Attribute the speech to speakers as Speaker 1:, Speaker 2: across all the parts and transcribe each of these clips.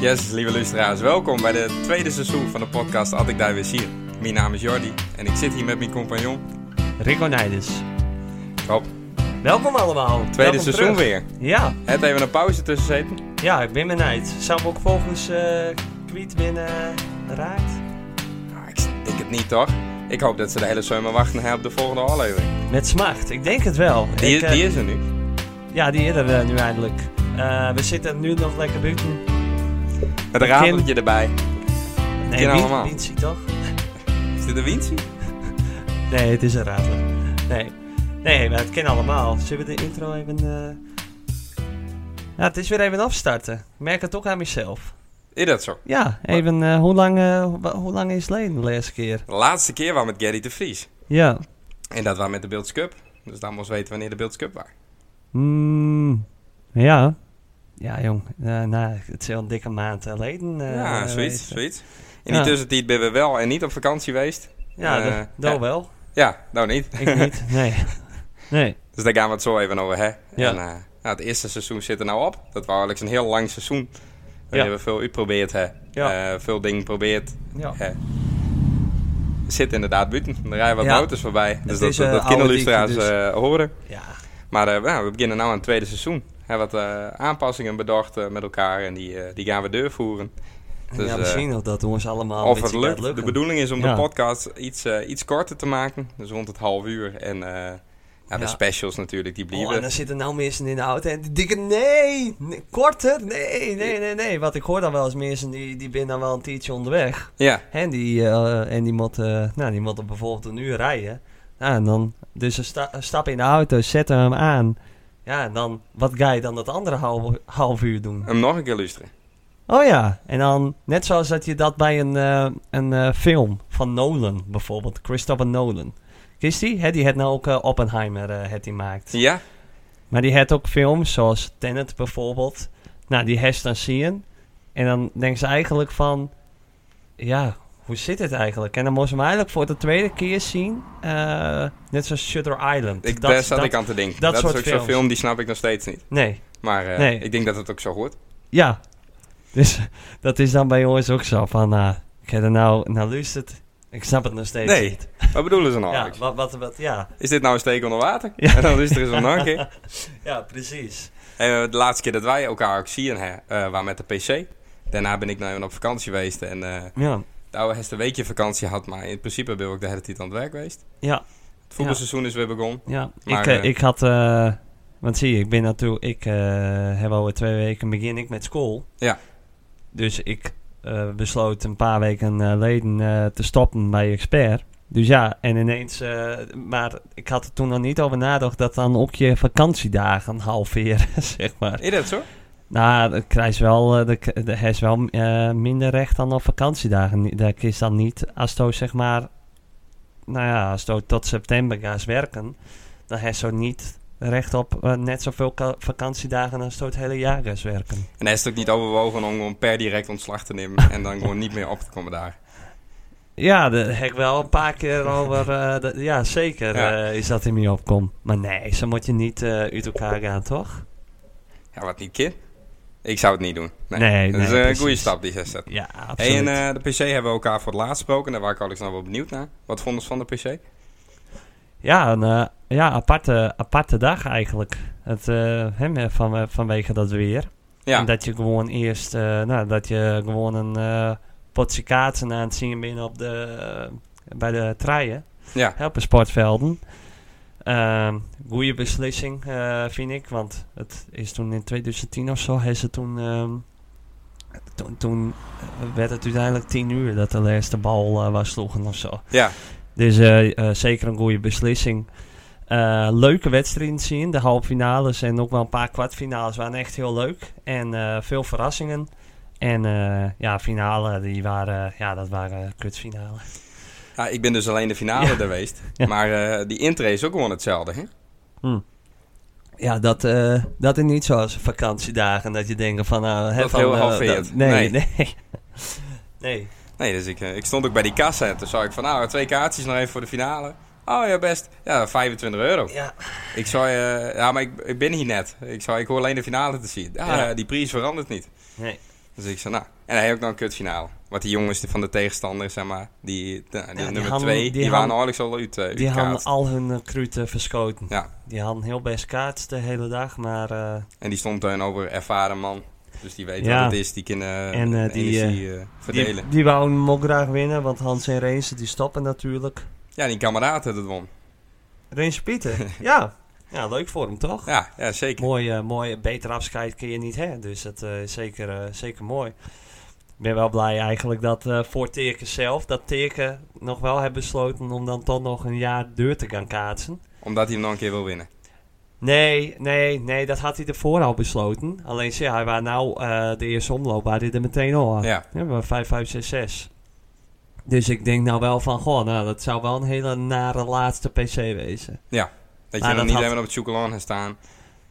Speaker 1: Yes, lieve luisteraars, welkom bij het tweede seizoen van de podcast Had ik daar weer zien. Mijn naam is Jordi en ik zit hier met mijn compagnon
Speaker 2: Rico Nijdens.
Speaker 1: Rob.
Speaker 2: Welkom allemaal.
Speaker 1: Tweede
Speaker 2: Welkom
Speaker 1: seizoen
Speaker 2: terug.
Speaker 1: weer.
Speaker 2: Ja,
Speaker 1: Het even een pauze tussen zitten.
Speaker 2: ja, ik ben benijd. Zou ik ook volgens eh Kwiet winnen raakt?
Speaker 1: Nou, ik denk het niet toch? Ik hoop dat ze de hele zomer wachten hè, op de volgende aflevering.
Speaker 2: Met smacht, ik denk het wel.
Speaker 1: Die, is-
Speaker 2: Ik, eh,
Speaker 1: die is er nu.
Speaker 2: Ja, die is er eh, nu eindelijk. Eh, we zitten nu nog lekker buiten.
Speaker 1: Met een
Speaker 2: Kim-
Speaker 1: rafeltje erbij.
Speaker 2: Nee,
Speaker 1: ken
Speaker 2: niet-
Speaker 1: allemaal.
Speaker 2: niet zie toch?
Speaker 1: Is dit een windje?
Speaker 2: Nee, het is een raadler. Nee. nee, maar het kan allemaal. Zullen we de intro even... eh, Ja, het is weer even afstarten. Ik merk het ook aan mezelf.
Speaker 1: Is dat zo?
Speaker 2: Ja, even... eh, hoe, lang, eh, wa- hoe lang is het geleden de laatste keer?
Speaker 1: De laatste keer was met Gary de Vries.
Speaker 2: Ja.
Speaker 1: En dat was met de Beelds Cup. Dus dan moest weten wanneer de Beelds Cup was.
Speaker 2: Mm, ja. Ja, jong. Eh, nou, het is al een dikke maand geleden. eh,
Speaker 1: ja, zoiets,
Speaker 2: geweest.
Speaker 1: zoiets. In
Speaker 2: Ja.
Speaker 1: die tussentijd ben we wel en niet op vakantie geweest.
Speaker 2: Ja,
Speaker 1: Eh,
Speaker 2: dat dat
Speaker 1: ja.
Speaker 2: wel.
Speaker 1: Ja, nou niet.
Speaker 2: Ik niet. Nee. Nee.
Speaker 1: Dus daar gaan we het zo even over, hè?
Speaker 2: Ja.
Speaker 1: En, eh, nou, het eerste seizoen zit er nou op. Dat was eigenlijk een heel lang seizoen. We
Speaker 2: Ja.
Speaker 1: hebben veel uitgeprobeerd, hè?
Speaker 2: Ja.
Speaker 1: Eh, veel dingen geprobeerd.
Speaker 2: Ja.
Speaker 1: hè. We zitten inderdaad buiten. Er rijden wat
Speaker 2: Ja.
Speaker 1: motors voorbij. Dus dat,
Speaker 2: is,
Speaker 1: dat,
Speaker 2: eh,
Speaker 1: dat kunnen
Speaker 2: oude diepte
Speaker 1: luisteraars
Speaker 2: dus.
Speaker 1: eh, horen.
Speaker 2: Ja.
Speaker 1: Maar eh, nou, we beginnen nu aan het tweede seizoen. We hebben wat eh, aanpassingen bedacht eh, met elkaar en die, eh, die gaan we doorvoeren. Dus,
Speaker 2: ja,
Speaker 1: eh,
Speaker 2: we zien of dat ons allemaal
Speaker 1: of het
Speaker 2: een beetje
Speaker 1: lukt.
Speaker 2: gaat lukken.
Speaker 1: De bedoeling is om
Speaker 2: Ja.
Speaker 1: de podcast iets, eh, iets korter te maken. Dus rond het half uur. En eh, ja, de
Speaker 2: Ja.
Speaker 1: specials natuurlijk, die
Speaker 2: Oh, en
Speaker 1: blijven.
Speaker 2: dan zitten nou mensen in de auto en die denken, nee, nee, korter, nee, nee, nee, nee. Want ik hoor dan wel eens mensen, die, die ben dan wel een tientje onderweg.
Speaker 1: ja,
Speaker 2: En die, eh, en die moet, eh, nou, die moet dan bijvoorbeeld een uur rijden. Nou, en dan, dus een, sta- een stap in de auto, zetten hem aan. Ja, en dan, wat ga je dan dat andere half, half uur doen?
Speaker 1: hem nog een keer luisteren.
Speaker 2: Oh ja, en dan, net zoals dat je dat bij een, eh, een eh, film van Nolan bijvoorbeeld, Christopher Nolan. Kist die? Hè, die had nou ook eh, Oppenheimer, eh had die maakt.
Speaker 1: Ja,
Speaker 2: Maar die had ook films zoals Tenet bijvoorbeeld. Nou, die heeft dan zien. En dan denkt ze eigenlijk van... Ja, hoe zit het eigenlijk? En dan moest ze hem eigenlijk voor de tweede keer zien. eh, net zoals Shutter Island.
Speaker 1: ik,
Speaker 2: Dat-
Speaker 1: daar zat
Speaker 2: dat-
Speaker 1: ik aan te denken.
Speaker 2: dat
Speaker 1: Dat, is
Speaker 2: soort
Speaker 1: ook zo'n
Speaker 2: films.
Speaker 1: film, die snap ik nog steeds niet.
Speaker 2: Nee,
Speaker 1: Maar eh,
Speaker 2: Nee.
Speaker 1: ik denk dat het ook zo hoort.
Speaker 2: ja. Dus dat is dan bij ons ook zo van... nou, ik heb er nou naar luisterd. Ik snap het nog steeds
Speaker 1: Nee,
Speaker 2: niet.
Speaker 1: Wat bedoelen ze nou
Speaker 2: Ja,
Speaker 1: eigenlijk?
Speaker 2: wat, wat, wat, ja.
Speaker 1: Is dit nou een steek onder water?
Speaker 2: Ja.
Speaker 1: En dan luisteren ze hem nog een keer.
Speaker 2: ja, precies.
Speaker 1: Eh, de laatste keer dat wij elkaar ook zien, hè, eh, waar met de PC. Daarna ben ik nou even op vakantie geweest. En eh
Speaker 2: Ja,
Speaker 1: de oude Hester een weekje vakantie had, maar in principe ben ik ook de hele tijd aan het werk geweest.
Speaker 2: ja,
Speaker 1: Het voetbalseizoen is weer begonnen.
Speaker 2: Ja,
Speaker 1: Maar,
Speaker 2: ik, eh,
Speaker 1: eh,
Speaker 2: ik had. eh, want zie je, ik ben natuurlijk. Ik eh, heb alweer twee weken begin ik met school.
Speaker 1: Ja.
Speaker 2: Dus ik eh, besloot een paar weken eh geleden eh, te stoppen bij Expert. Dus ja, en ineens. eh, maar ik had er toen nog niet over nagedacht dat dan ook je vakantiedagen halveren, zeg maar.
Speaker 1: Is dat zo?
Speaker 2: Nou, dan krijg je wel, eh, dan k- dan heb je wel eh, minder recht dan op vakantiedagen. Ni- Dat is dan niet, als je zeg maar, nou ja, als je tot september gaat werken, dan heb je niet recht op eh, net zoveel ka- vakantiedagen als je het hele jaar gaat werken.
Speaker 1: En hij is het ook niet overwogen om gewoon per direct ontslag te nemen en dan gewoon niet meer op te komen daar.
Speaker 2: Ja, daar heb ik wel een paar keer over, eh, dat- ja zeker
Speaker 1: Ja.
Speaker 2: eh, is dat in me opkomt. Maar nee, zo moet je niet eh, uit elkaar gaan, toch?
Speaker 1: Ja, wat niet, kind? Ik zou het niet doen. Nee,
Speaker 2: Nee,
Speaker 1: dat is
Speaker 2: nee,
Speaker 1: een
Speaker 2: precies.
Speaker 1: goede stap die ze zet.
Speaker 2: Ja,
Speaker 1: Hey,
Speaker 2: absoluut.
Speaker 1: en eh, de PC hebben we elkaar voor het laatst gesproken. Daar was ik Alex nog wel benieuwd naar. Wat vonden ze van de PC?
Speaker 2: Ja, een eh, ja, aparte, aparte dag eigenlijk. Het, eh, hè, met- van, vanwege dat weer.
Speaker 1: Ja,
Speaker 2: En dat je gewoon eerst, eh, nou, dat je gewoon een eh potje kaatsen aan het zien bent op de, eh, bij de treien.
Speaker 1: ja.
Speaker 2: hè, op de sportvelden. Ehm goede beslissing, eh, vind ik. Want het is toen in 2010 of zo, heeft ze toen, ehm, toen, toen werd het uiteindelijk 10 uur dat de laatste bal eh, was sloegen of zo.
Speaker 1: ja.
Speaker 2: Dus eh, eh, zeker een goede beslissing. Eh, leuke wedstrijden zien. De halve finales en ook wel een paar kwartfinales waren echt heel leuk. En eh, veel verrassingen. En eh, ja, finale, die waren, ja, dat waren kutfinalen.
Speaker 1: Ja, ik ben dus alleen de finale
Speaker 2: Ja.
Speaker 1: er geweest.
Speaker 2: Ja.
Speaker 1: Maar eh, die intra is ook gewoon hetzelfde, hè?
Speaker 2: Ja, dat, eh, dat is niet zoals vakantiedagen. Dat je denkt van... nou hè,
Speaker 1: Dat
Speaker 2: van,
Speaker 1: heel
Speaker 2: eh,
Speaker 1: halveert.
Speaker 2: dat-
Speaker 1: Nee.
Speaker 2: nee, nee. Nee. nee.
Speaker 1: Nee, dus ik, eh, ik stond ook bij die kassa en toen zag ik van, nou, twee kaartjes nog even voor de finale. Oh ja, best. Ja, 25 euro.
Speaker 2: Ja,
Speaker 1: Ik zei, eh, ja, maar ik, ik ben hier net. Ik zei, ik hoor alleen de finale te zien. Ah,
Speaker 2: Ja.
Speaker 1: eh, die prijs verandert niet.
Speaker 2: nee.
Speaker 1: Dus ik zei, nou. En hij heeft ook nog een kutfinale. Want die jongens van de tegenstander, zeg maar, die, de, die
Speaker 2: die
Speaker 1: nummer
Speaker 2: hadden-
Speaker 1: twee,
Speaker 2: die
Speaker 1: die, waren
Speaker 2: hadden-
Speaker 1: eigenlijk al uit, eh,
Speaker 2: Die hadden
Speaker 1: uitkaart.
Speaker 2: al hun eh, kruten verschoten.
Speaker 1: Ja.
Speaker 2: Die hadden heel best kaart de hele dag, maar... eh,
Speaker 1: En die stond dan over ervaren man. Dus die weet
Speaker 2: Ja.
Speaker 1: wat het is. Die kunnen
Speaker 2: En, eh, die,
Speaker 1: energie eh, verdelen.
Speaker 2: Die, die wou hem ook graag winnen, want Hans en Reense die stoppen natuurlijk.
Speaker 1: Ja, die kameraad had het won.
Speaker 2: Reense Pieter, ja. Ja, leuk voor hem toch?
Speaker 1: Ja, ja zeker.
Speaker 2: Mooi, eh, mooi, beter afscheid kun je niet hè. Dus dat eh, is zeker, eh, zeker mooi. Ik ben wel blij eigenlijk dat eh, voor Teken zelf, dat Teken nog wel heeft besloten om dan toch nog een jaar deur te gaan kaatsen.
Speaker 1: Omdat hij hem nog een keer wil winnen.
Speaker 2: Nee, nee, nee, dat had hij ervoor al besloten. Alleen ja, hij was nou eh, de eerste omloop, waar hij er meteen al aan.
Speaker 1: Ja.
Speaker 2: Ja, maar 5, 5, 6, 6. Dus ik denk nou wel van, goh, nou, dat zou wel een hele nare laatste PC wezen.
Speaker 1: Dat
Speaker 2: Maar
Speaker 1: je
Speaker 2: Ah, dat
Speaker 1: dan niet
Speaker 2: had-
Speaker 1: helemaal op het chocolan gaat staan.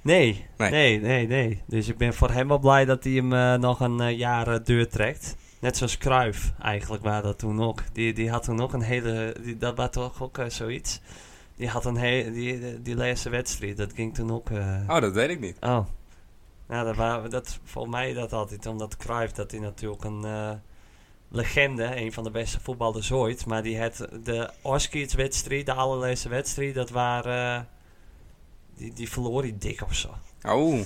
Speaker 2: Nee, nee,
Speaker 1: Nee.
Speaker 2: nee, nee, Dus ik ben voor hem wel blij dat hij hem eh, nog een eh, jaar eh, deur trekt. Net zoals Kruif eigenlijk, waar dat toen ook. Die, die had toen ook een hele, die, dat was toch ook eh, zoiets. Die had een hele, die, die, die laatste wedstrijd, dat ging toen ook... eh,
Speaker 1: Oh, dat weet ik niet.
Speaker 2: Oh. Nou, dat, waren, dat voor mij dat altijd. Omdat Cruijff, dat hij natuurlijk een eh, legende, een van de beste voetballers ooit. Maar die had de Oskiets-wedstrijd, de allerlaatste wedstrijd, dat waren... eh, die, die verloor hij dik of zo.
Speaker 1: Oh,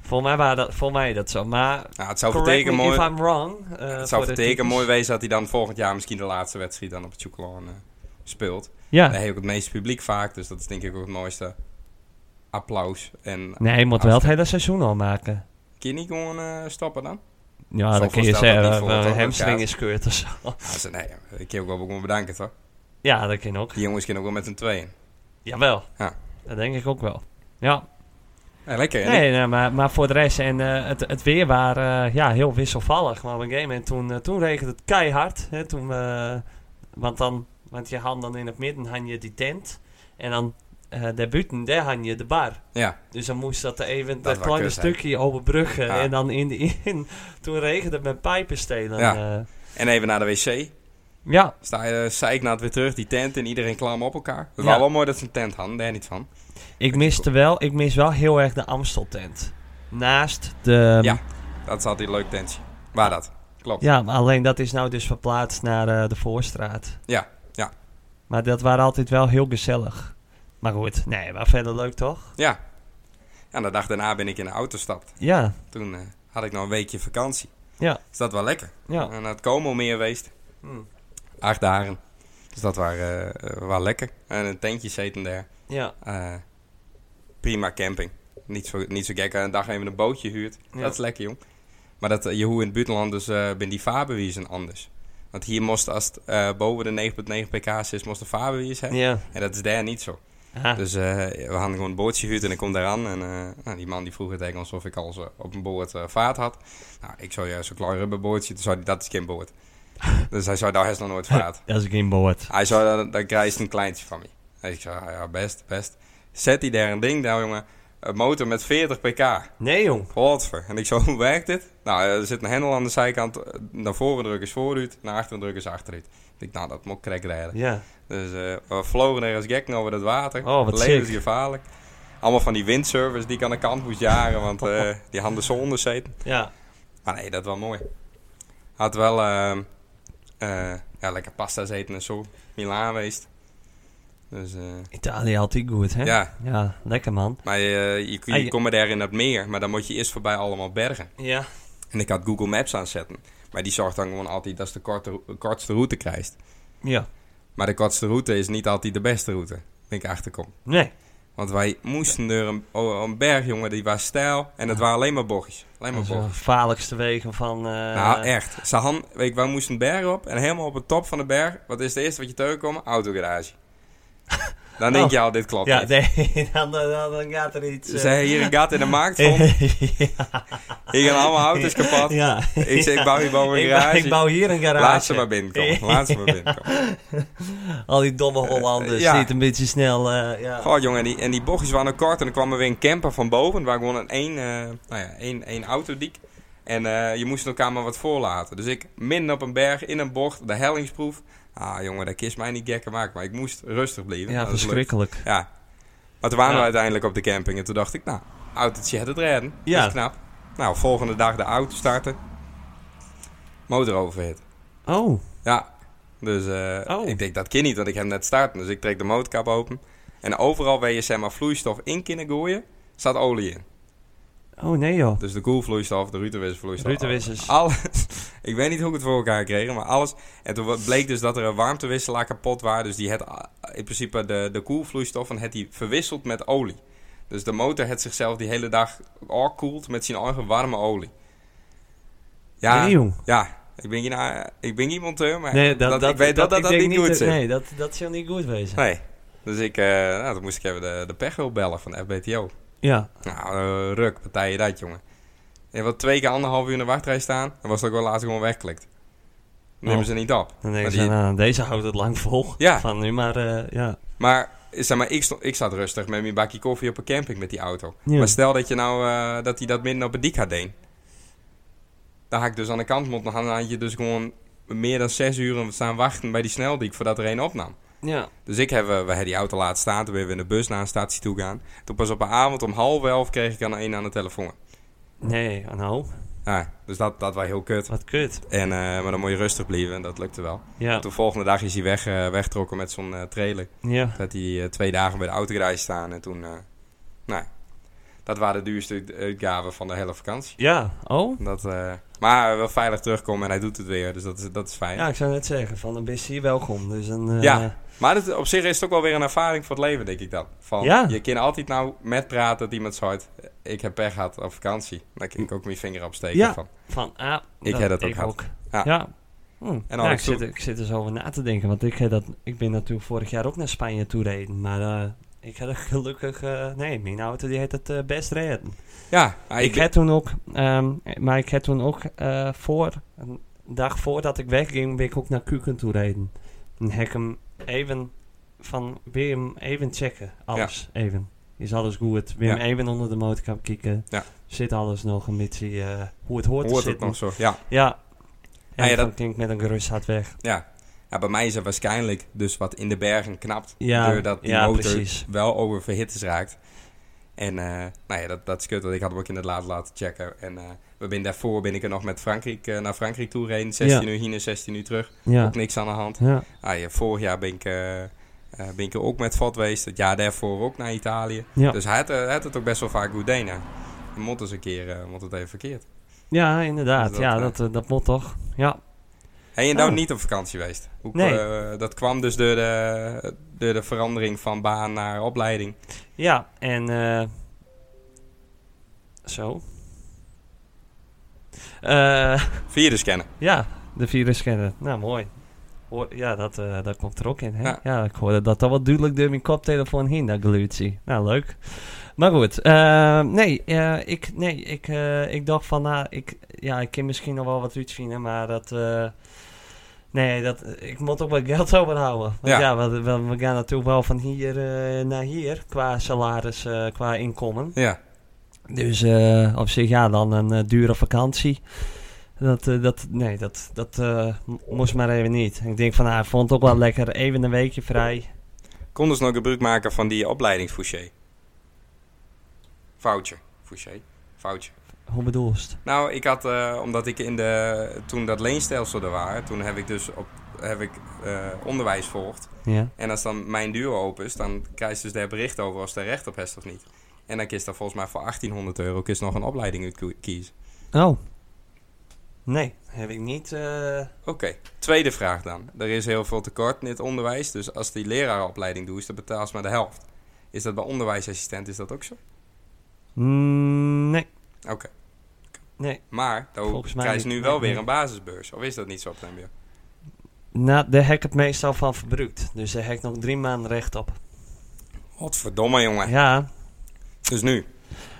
Speaker 2: Voor mij, waren dat, voor mij dat zo. Maar
Speaker 1: nou, het zou
Speaker 2: correct me
Speaker 1: verteken mooi...
Speaker 2: if I'm wrong. eh,
Speaker 1: het
Speaker 2: voor
Speaker 1: zou
Speaker 2: de
Speaker 1: verteken
Speaker 2: types.
Speaker 1: mooi wezen dat hij dan volgend jaar misschien de laatste wedstrijd dan op het chocolan eh, speelt. Daar
Speaker 2: Ja.
Speaker 1: heeft ook het meeste publiek vaak. Dus dat is denk ik ook het mooiste applaus. En
Speaker 2: Nee, je moet wel het hele seizoen al maken.
Speaker 1: kun je niet gewoon eh, stoppen dan?
Speaker 2: Ja,
Speaker 1: Zo
Speaker 2: dan kun je
Speaker 1: voorstelt dat
Speaker 2: zeggen,
Speaker 1: niet
Speaker 2: eh,
Speaker 1: voor
Speaker 2: een
Speaker 1: het
Speaker 2: hamstring
Speaker 1: elkaar.
Speaker 2: is keurt of zo.
Speaker 1: Nou, ze- nee, ik kan ook wel gewoon bedanken toch?
Speaker 2: Ja, dat kan ook.
Speaker 1: Die jongens kunnen ook wel met z'n tweeën.
Speaker 2: Jawel.
Speaker 1: Ja.
Speaker 2: Dat denk ik ook wel. Ja.
Speaker 1: Ja, lekker. hè?
Speaker 2: Nee, nee, maar, maar voor de rest. En eh, het, het weer was ja, heel wisselvallig. Maar op een gegeven moment toen, eh, toen regende het keihard. Hè, toen, eh, want, dan, want je had dan in het midden had je die tent. En dan eh daar buiten, daar had je de bar.
Speaker 1: Ja.
Speaker 2: Dus dan moest dat even dat,
Speaker 1: was
Speaker 2: kleine
Speaker 1: kut, hè?
Speaker 2: stukje overbruggen.
Speaker 1: Ja.
Speaker 2: En dan in, de, in toen regende het met pijpenstelen.
Speaker 1: Ja.
Speaker 2: eh.
Speaker 1: En even naar de wc.
Speaker 2: ja,
Speaker 1: Sta je zeiknaad weer terug, die tent en iedereen klam op elkaar. Het
Speaker 2: Ja.
Speaker 1: was wel mooi dat ze een tent hadden, daar niet van.
Speaker 2: ik miste wel, ik mis wel heel erg de Amstel tent. Naast de...
Speaker 1: Ja. Dat is altijd een leuk tentje. Waar dat? Klopt.
Speaker 2: Ja, maar alleen dat is nou dus verplaatst naar eh, de voorstraat.
Speaker 1: Ja, ja.
Speaker 2: Maar dat waren altijd wel heel gezellig. Maar goed, nee, maar verder leuk toch?
Speaker 1: Ja. En de dag daarna ben ik in de auto gestapt.
Speaker 2: Ja,
Speaker 1: Toen eh, had ik nog een weekje vakantie.
Speaker 2: Ja.
Speaker 1: Dus dat was lekker.
Speaker 2: ja.
Speaker 1: En naar het Como meer geweest.
Speaker 2: Hm.
Speaker 1: Acht dagen. Dus dat was eh, eh, wel lekker. En een tentje zitten daar.
Speaker 2: Ja,
Speaker 1: Eh, prima camping. Niet zo, niet zo gek. Een dag even een bootje huurt.
Speaker 2: Ja.
Speaker 1: Dat is lekker, jong. Maar dat, eh, je hoe in het buitenland dus eh ben die vaarbewijzen anders. Want hier moest als het eh, boven de 9.9 pk's is, moest de vaarbewijs hebben.
Speaker 2: ja.
Speaker 1: En dat is daar niet zo.
Speaker 2: Ah,
Speaker 1: Dus eh, we hadden gewoon een bootje gehuurd en ik kom daar aan. En eh, nou, die man die vroeg het tegen ons of ik al zo op een boord eh, vaart had. Nou, ik zou juist zo'n klein rubberbootje. Toen zei hij, dat is geen boord. dus hij zei, daar is nog nooit vaart.
Speaker 2: dat is geen boord.
Speaker 1: Hij zei, dan, dan krijg je een kleintje van me. En ik zei, ja, best, best. Zet hij daar een ding daar, jongen. Een motor met 40 pk.
Speaker 2: Nee, jong.
Speaker 1: Godver. En ik zo, hoe werkt dit? Nou, er zit een hendel aan de zijkant. Eh, Naar voren drukken is vooruit, naar achteren drukken is achteruit. Ik denk, nou, dat moet krek rijden.
Speaker 2: Ja.
Speaker 1: Dus eh, we vlogen er als gekken over het water.
Speaker 2: Oh, wat sick.
Speaker 1: Levensgevaarlijk. Allemaal van die windsurfers die ik aan de kant moest jagen, want eh, die hadden zo onderzeten.
Speaker 2: Ja.
Speaker 1: Maar nee, dat was mooi. Had wel ehm, eh, ja, lekker pasta's eten en zo. Milaan geweest. Dus eh,
Speaker 2: Italië altijd goed, hè?
Speaker 1: ja,
Speaker 2: Ja, lekker man.
Speaker 1: maar eh, je, je,
Speaker 2: Ah, je-
Speaker 1: komt daar in dat meer, maar dan moet je eerst voorbij allemaal bergen.
Speaker 2: Ja.
Speaker 1: En ik had Google Maps aanzetten, maar die zorgt dan gewoon altijd dat je de korte, kortste route krijgt.
Speaker 2: Ja.
Speaker 1: Maar de kortste route is niet altijd de beste route, ben ik achterkom.
Speaker 2: Nee.
Speaker 1: Want wij moesten door een, oh, een berg, jongen, die was stijl en het waren alleen maar bochtjes. Alleen maar
Speaker 2: Dat is wel de
Speaker 1: bochtjes.
Speaker 2: gevaarlijkste wegen van... eh,
Speaker 1: Nou, echt. Sahan, weet ik, wij moesten een berg op en helemaal op de top van de berg, wat is het eerste wat je tegenkomt? Autogarage. Dan denk je al, dit klopt
Speaker 2: Oh. Ja,
Speaker 1: niet.
Speaker 2: nee, dan, dan, dan gaat er iets...
Speaker 1: Ze
Speaker 2: eh,
Speaker 1: hebben hier een gat in de markt vond. Hier gaan allemaal auto's kapot.
Speaker 2: ja.
Speaker 1: Ik zeg, ik bouw hier boven een
Speaker 2: Ik bouw,
Speaker 1: garage.
Speaker 2: ik bouw hier een garage.
Speaker 1: Laat ze maar binnenkomen. Laat ze maar binnenkomen.
Speaker 2: Al die domme Hollanders
Speaker 1: Eh, ja.
Speaker 2: die het een beetje snel... eh, ja.
Speaker 1: Goh, jongen, en die, en die bochtjes waren ook kort. En dan kwam er weer een camper van boven. Waar gewoon een één, eh nou ja, één, één autodiek. En eh, je moest elkaar maar wat voorlaten. Dus ik midden op een berg, in een bocht, de hellingsproef. Ah, jongen, dat kist mij niet gekker maken. Maar ik moest rustig blijven.
Speaker 2: ja,
Speaker 1: Dat is leuk.
Speaker 2: verschrikkelijk.
Speaker 1: Ja. Maar toen waren
Speaker 2: Ja.
Speaker 1: we uiteindelijk op de camping. En toen dacht ik, nou, autootje had het redden.
Speaker 2: Ja.
Speaker 1: Dat is knap. Nou, volgende dag de auto starten. motor overhit.
Speaker 2: Oh,
Speaker 1: Ja, dus eh,
Speaker 2: Oh.
Speaker 1: ik denk dat kan niet, want ik heb net starten. Dus ik trek de motorkap open. En overal waar je zeg maar, vloeistof in kunnen gooien, staat olie in.
Speaker 2: oh nee joh.
Speaker 1: Dus de koelvloeistof, de rutenwisselvloeistof.
Speaker 2: Ruitenwissers.
Speaker 1: Alles. Ik weet niet hoe ik het voor elkaar kreeg, maar alles. En toen wa- bleek dus dat er een warmtewisselaar kapot was. Dus die had a- in principe de, de koelvloeistoffen had die verwisseld met olie. Dus de motor had zichzelf die hele dag koeld met zijn eigen warme olie. Ja,
Speaker 2: Nee, jong.
Speaker 1: ja. Ik ben, geen, eh, ik ben geen monteur, maar
Speaker 2: Nee, dat,
Speaker 1: dat,
Speaker 2: dat,
Speaker 1: ik weet dat dat,
Speaker 2: ik
Speaker 1: niet
Speaker 2: denk
Speaker 1: goed
Speaker 2: dat-
Speaker 1: zit. Nee.
Speaker 2: Nee, dat, dat zou niet goed wezen.
Speaker 1: Dus ik, eh, nou, toen moest ik even de, de pechhulp bellen van de FBTO.
Speaker 2: Ja.
Speaker 1: Nou, eh, ruk, partijen dat, jongen. En wat twee keer anderhalf uur in de wachtrij staan, dan was het ook wel laatst gewoon wegklikt. Nemen
Speaker 2: Oh.
Speaker 1: ze niet op.
Speaker 2: Dan
Speaker 1: Maar
Speaker 2: denken ze,
Speaker 1: die-
Speaker 2: nou, deze houdt het lang vol.
Speaker 1: Ja.
Speaker 2: Van nu maar, eh, ja.
Speaker 1: Maar, zeg maar ik, stond, ik zat rustig met mijn bakje koffie op een camping met die auto.
Speaker 2: Ja.
Speaker 1: Maar stel dat je nou eh, dat hij dat midden op het dik had deed. Dan had ik dus aan de kant moeten gaan. Dan had je dus gewoon meer dan zes uur staan wachten bij die sneldiek voordat er een opnam.
Speaker 2: Ja.
Speaker 1: Dus ik heb, eh, we hebben die auto laten staan. Toen ben we in de bus naar een statie toe gaan. Toen pas op een avond om half elf kreeg ik aan een aan de telefoon.
Speaker 2: Nee, oh, nou,
Speaker 1: Ah, dus dat, dat was heel kut.
Speaker 2: wat kut.
Speaker 1: En, eh, maar dan moet je rustig blijven en dat lukte wel.
Speaker 2: Ja,
Speaker 1: Toen volgende dag is hij weg, eh, weggetrokken met zo'n eh, trailer.
Speaker 2: ja.
Speaker 1: Dat hij eh, twee dagen bij de autogarage staan en toen... eh, nou, dat waren de duurste uit- uitgaven van de hele vakantie.
Speaker 2: Ja, oh.
Speaker 1: Dat, eh, maar wel veilig terugkomen en hij doet het weer, dus dat is, dat is fijn.
Speaker 2: Ja, ik zou net zeggen, van een BC welkom. Dus een, eh,
Speaker 1: Ja. Maar dat, op zich is het ook wel weer een ervaring voor het leven, denk ik dan. Van,
Speaker 2: Ja.
Speaker 1: Je kan altijd nou met praten dat iemand zegt, ik heb pech gehad op vakantie. Daar kan ik ook mijn vinger op steken
Speaker 2: Ja.
Speaker 1: van.
Speaker 2: Van, ah,
Speaker 1: Ik heb dat ook gehad. Ja.
Speaker 2: Ja. ja. Hm.
Speaker 1: En
Speaker 2: Ja,
Speaker 1: Alex
Speaker 2: ik, zit,
Speaker 1: toe.
Speaker 2: ik zit er zo over na te denken, want ik, heb dat, ik ben natuurlijk vorig jaar ook naar Spanje toe reden, maar eh, ik had er gelukkig, eh, nee, mijn auto die heet het eh, best reden.
Speaker 1: Ja, maar
Speaker 2: ik
Speaker 1: Ah, ben-
Speaker 2: had toen ook, ehm, maar ik had toen ook eh, voor, een dag voordat ik wegging, ben ik ook naar Kuken toe reden. En heb ik hem even van, wil je hem even checken, alles, even. Is alles goed? Wil je
Speaker 1: Ja.
Speaker 2: hem even onder de motorkap kijken?
Speaker 1: Ja.
Speaker 2: Zit alles nog een beetje eh, hoe het hoort,
Speaker 1: hoort
Speaker 2: te
Speaker 1: het
Speaker 2: zitten?
Speaker 1: nog zo. Ja.
Speaker 2: Ja. En
Speaker 1: Ah, ja,
Speaker 2: dan
Speaker 1: dat-
Speaker 2: ging ik met een gerust hart weg.
Speaker 1: Ja. ja, bij mij is het waarschijnlijk dus wat in de bergen knapt.
Speaker 2: Ja,
Speaker 1: doordat die
Speaker 2: ja,
Speaker 1: motor
Speaker 2: precies.
Speaker 1: wel over verhittes raakt. En eh, nou ja, dat, dat is kut, want ik had hem ook in het laatst laten checken. En eh, we ben daarvoor ben ik er nog met Frankrijk eh, naar Frankrijk toe gereden. 16
Speaker 2: Ja.
Speaker 1: uur hier en 16 uur terug.
Speaker 2: Ja.
Speaker 1: Ook niks aan de hand.
Speaker 2: Ja.
Speaker 1: Ah, ja, vorig jaar ben ik, eh, eh, ben ik er ook met vat geweest. Het jaar daarvoor ook naar Italië.
Speaker 2: Ja.
Speaker 1: Dus hij had, eh, hij had het ook best wel vaak goed deed. nou. Dan moet eens een keer eh, moet het even verkeerd.
Speaker 2: ja, inderdaad.
Speaker 1: Dus dat,
Speaker 2: ja,
Speaker 1: eh,
Speaker 2: dat, eh, dat moet toch. Ja.
Speaker 1: En je nou
Speaker 2: Oh.
Speaker 1: niet op vakantie geweest? Hoe,
Speaker 2: Nee.
Speaker 1: eh, dat kwam dus door de, door de verandering van baan naar opleiding.
Speaker 2: Ja, en... eh, zo. Eh,
Speaker 1: Via de scanner.
Speaker 2: ja, de virusscanner. Nou, mooi. Hoor, ja, dat, eh, dat komt er ook in, hè?
Speaker 1: Ja.
Speaker 2: Ja, ik hoorde dat al wat duidelijk door mijn koptelefoon heen, dat geluidje. Nou, leuk. Maar goed, eh, nee, eh, ik, nee ik, eh, ik dacht van, nou, ik, ja, ik kan misschien nog wel wat uitvinden, maar dat... eh, nee, dat, ik moet ook wat geld overhouden. Want
Speaker 1: Ja.
Speaker 2: ja, we, we, we gaan natuurlijk wel van hier eh, naar hier, qua salaris, eh, qua inkomen.
Speaker 1: Ja.
Speaker 2: Dus eh, op zich, ja, dan een eh, dure vakantie. Dat, eh, dat, nee, dat, dat eh, m- moest maar even niet. Ik denk van, ah, ik vond het ook wel lekker. Even een weekje vrij.
Speaker 1: Kon dus nog gebruik maken van die opleidingsfouché. Foutje. Fouché. Foutje.
Speaker 2: Hoe bedoel je het?
Speaker 1: Nou, ik had, eh, omdat ik in de, toen dat leenstelsel er waren, toen heb ik dus op, heb ik, eh, onderwijs volgd.
Speaker 2: Ja.
Speaker 1: En als dan mijn duur open is, dan krijg je dus daar bericht over als er recht op heeft of niet. En dan kies dan volgens mij voor 1800 euro kies nog een opleiding uit kiezen.
Speaker 2: Oh. Nee, heb ik niet. eh,
Speaker 1: Oké, tweede vraag dan. Er is heel veel tekort in het onderwijs, dus als die lerarenopleiding doet, is dat betaalt ze maar de helft. Is dat bij onderwijsassistent is dat ook zo?
Speaker 2: mm, nee,
Speaker 1: Oké.
Speaker 2: nee.
Speaker 1: Maar dan
Speaker 2: Volgens mij
Speaker 1: krijg je
Speaker 2: niet.
Speaker 1: nu wel
Speaker 2: Nee,
Speaker 1: weer
Speaker 2: nee.
Speaker 1: een basisbeurs, of is dat niet zo op het MBO?
Speaker 2: Nou, daar heb ik het meestal van verbruikt. Dus daar heb ik nog drie maanden recht op.
Speaker 1: Godverdomme jongen.
Speaker 2: Ja,
Speaker 1: Dus nu.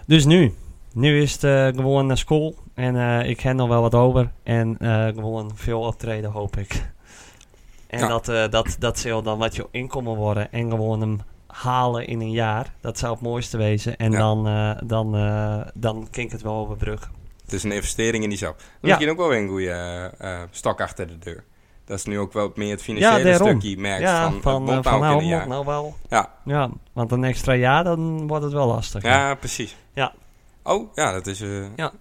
Speaker 2: Dus nu. Nu is het eh, gewoon naar school. En eh, ik heb nog wel wat over. En eh, gewoon veel optreden, hoop ik. En
Speaker 1: Ja.
Speaker 2: dat, eh, dat, dat zal dan wat je inkomen worden. En gewoon hem halen in een jaar. Dat zou het mooiste wezen. En
Speaker 1: Ja.
Speaker 2: dan, eh dan, eh, dan kan ik het wel overbruggen.
Speaker 1: Het is een investering in die zak. Dat is
Speaker 2: Ja.
Speaker 1: misschien ook wel weer een goede eh, eh, stok achter de deur. Dat is nu ook wel meer het financiële
Speaker 2: daarom.
Speaker 1: stukje merkt
Speaker 2: Ja,
Speaker 1: van,
Speaker 2: van,
Speaker 1: het
Speaker 2: eh,
Speaker 1: bond
Speaker 2: van
Speaker 1: nou ook in
Speaker 2: nou,
Speaker 1: een
Speaker 2: moet
Speaker 1: jaar.
Speaker 2: nou wel.
Speaker 1: Ja.
Speaker 2: ja, want een extra jaar, dan wordt het wel lastig.
Speaker 1: Ja, precies.
Speaker 2: Ja.
Speaker 1: Oh, ja, dat is... eh,
Speaker 2: Ja.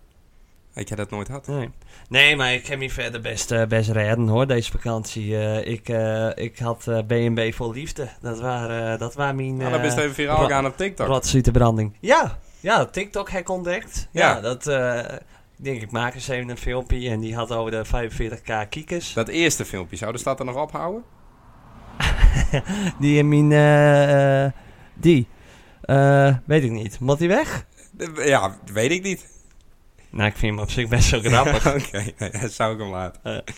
Speaker 1: Ik heb dat nooit gehad.
Speaker 2: Nee. nee, maar ik heb me verder best, eh, best redden hoor, deze vakantie. Eh, ik, eh, ik had eh, BNB vol liefde. Dat waren, eh dat waren mijn...
Speaker 1: Nou, dan ben
Speaker 2: eh,
Speaker 1: je even viraal
Speaker 2: wa-
Speaker 1: gaan op TikTok.
Speaker 2: Rotziete branding. Ja, ja TikTok-hack ontdekt. Ja,
Speaker 1: Ja.
Speaker 2: dat... eh, ik denk, ik maak eens even een filmpje en die had over de 45k kijkers.
Speaker 1: Dat eerste filmpje, zouden ze dat er nog ophouden?
Speaker 2: Die in mijn... eh, eh, die. Eh, weet ik niet. Moet die weg?
Speaker 1: Eh, Ja, weet ik niet.
Speaker 2: Nou, ik vind hem op zich best wel grappig.
Speaker 1: Oké, nee, dat zou ik hem laten.
Speaker 2: Eh.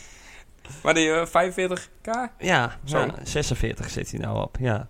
Speaker 1: Maar die eh, 45k?
Speaker 2: ja,
Speaker 1: Zo.
Speaker 2: ja, 46 zit hij nou op, ja.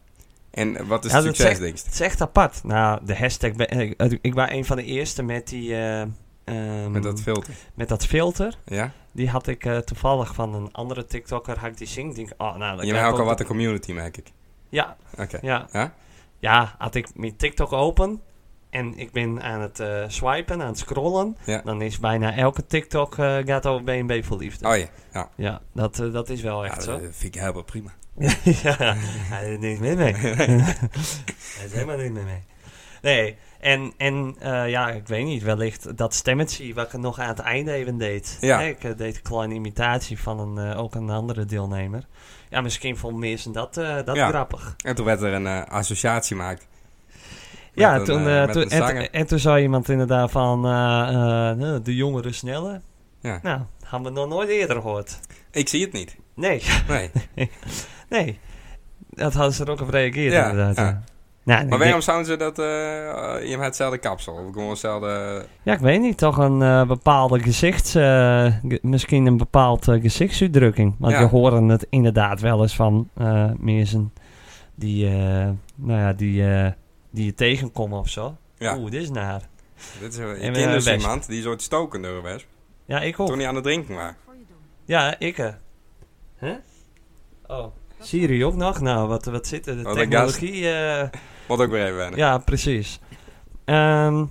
Speaker 1: En eh, wat is
Speaker 2: Ja,
Speaker 1: het
Speaker 2: dat
Speaker 1: succes,
Speaker 2: zegt-
Speaker 1: denk je?
Speaker 2: Het is echt apart. Nou, de hashtag... ben- eh, ik, ik was een van de eerste met die... eh, ehm,
Speaker 1: Met dat filter.
Speaker 2: met dat filter.
Speaker 1: Ja?
Speaker 2: Die had ik eh, toevallig van een andere TikToker. Had ik die zing. Denk, oh, nou, dat
Speaker 1: Je
Speaker 2: kan
Speaker 1: hebt
Speaker 2: ik
Speaker 1: ook al wat de community, merk ik.
Speaker 2: Ja,
Speaker 1: Oké.
Speaker 2: ja.
Speaker 1: Ja?
Speaker 2: Ja, had ik mijn TikTok open. En ik ben aan het eh, swipen, aan het scrollen.
Speaker 1: Ja.
Speaker 2: Dan is bijna elke TikTok eh, gaat over BNB voor liefde.
Speaker 1: Oh ja, ja.
Speaker 2: Ja, dat, eh, dat is wel
Speaker 1: Ja,
Speaker 2: echt
Speaker 1: dat
Speaker 2: zo.
Speaker 1: eh, vind ik helemaal prima.
Speaker 2: ja, daar is niks mis mee. Daar is helemaal niks mis mee. Nee, en, en eh, ja, ik weet niet, wellicht dat stemmetje wat ik nog aan het einde even deed.
Speaker 1: Ja.
Speaker 2: Hè, ik eh, deed een kleine imitatie van een, eh, ook een andere deelnemer. Ja, misschien vond mensen dat, eh, dat
Speaker 1: Ja.
Speaker 2: grappig.
Speaker 1: En toen werd er een eh, associatie gemaakt. Met
Speaker 2: Ja,
Speaker 1: een,
Speaker 2: toen,
Speaker 1: eh,
Speaker 2: eh,
Speaker 1: met
Speaker 2: toen,
Speaker 1: een
Speaker 2: en,
Speaker 1: zanger.
Speaker 2: toen- en toen zei iemand inderdaad van eh, eh, nou, de jongeren sneller.
Speaker 1: Ja.
Speaker 2: Nou, hadden we nog nooit eerder gehoord.
Speaker 1: Ik zie het niet.
Speaker 2: Nee,
Speaker 1: Nee.
Speaker 2: nee. Dat hadden ze er ook op gereageerd
Speaker 1: Ja,
Speaker 2: inderdaad.
Speaker 1: ja.
Speaker 2: ja. Nou, en
Speaker 1: maar
Speaker 2: ik denk-
Speaker 1: waarom zouden ze dat... eh, eh, je hebt hetzelfde kapsel. Of gewoon hetzelfde...
Speaker 2: Ja, ik weet niet. Toch een eh, bepaalde gezichts... eh, ge- misschien een bepaald eh, gezichtsuitdrukking. Want
Speaker 1: Ja.
Speaker 2: we horen het inderdaad wel eens van eh mensen die, eh, nou ja, die, eh, die je tegenkomen of zo.
Speaker 1: Ja.
Speaker 2: Oeh, dit is naar.
Speaker 1: Dit is, eh,
Speaker 2: En,
Speaker 1: ik ken
Speaker 2: eh,
Speaker 1: dus
Speaker 2: wesp.
Speaker 1: iemand die een soort stoken door was.
Speaker 2: Ja, ik
Speaker 1: Toen
Speaker 2: ook.
Speaker 1: hij aan het drinken was.
Speaker 2: Ja, ik. eh. Huh? Oh. Siri ook nog? Nou, wat, wat zit er? De
Speaker 1: Wat een
Speaker 2: technologie... eh,
Speaker 1: Moet ook weer even wennen.
Speaker 2: Ja, precies. Ehm,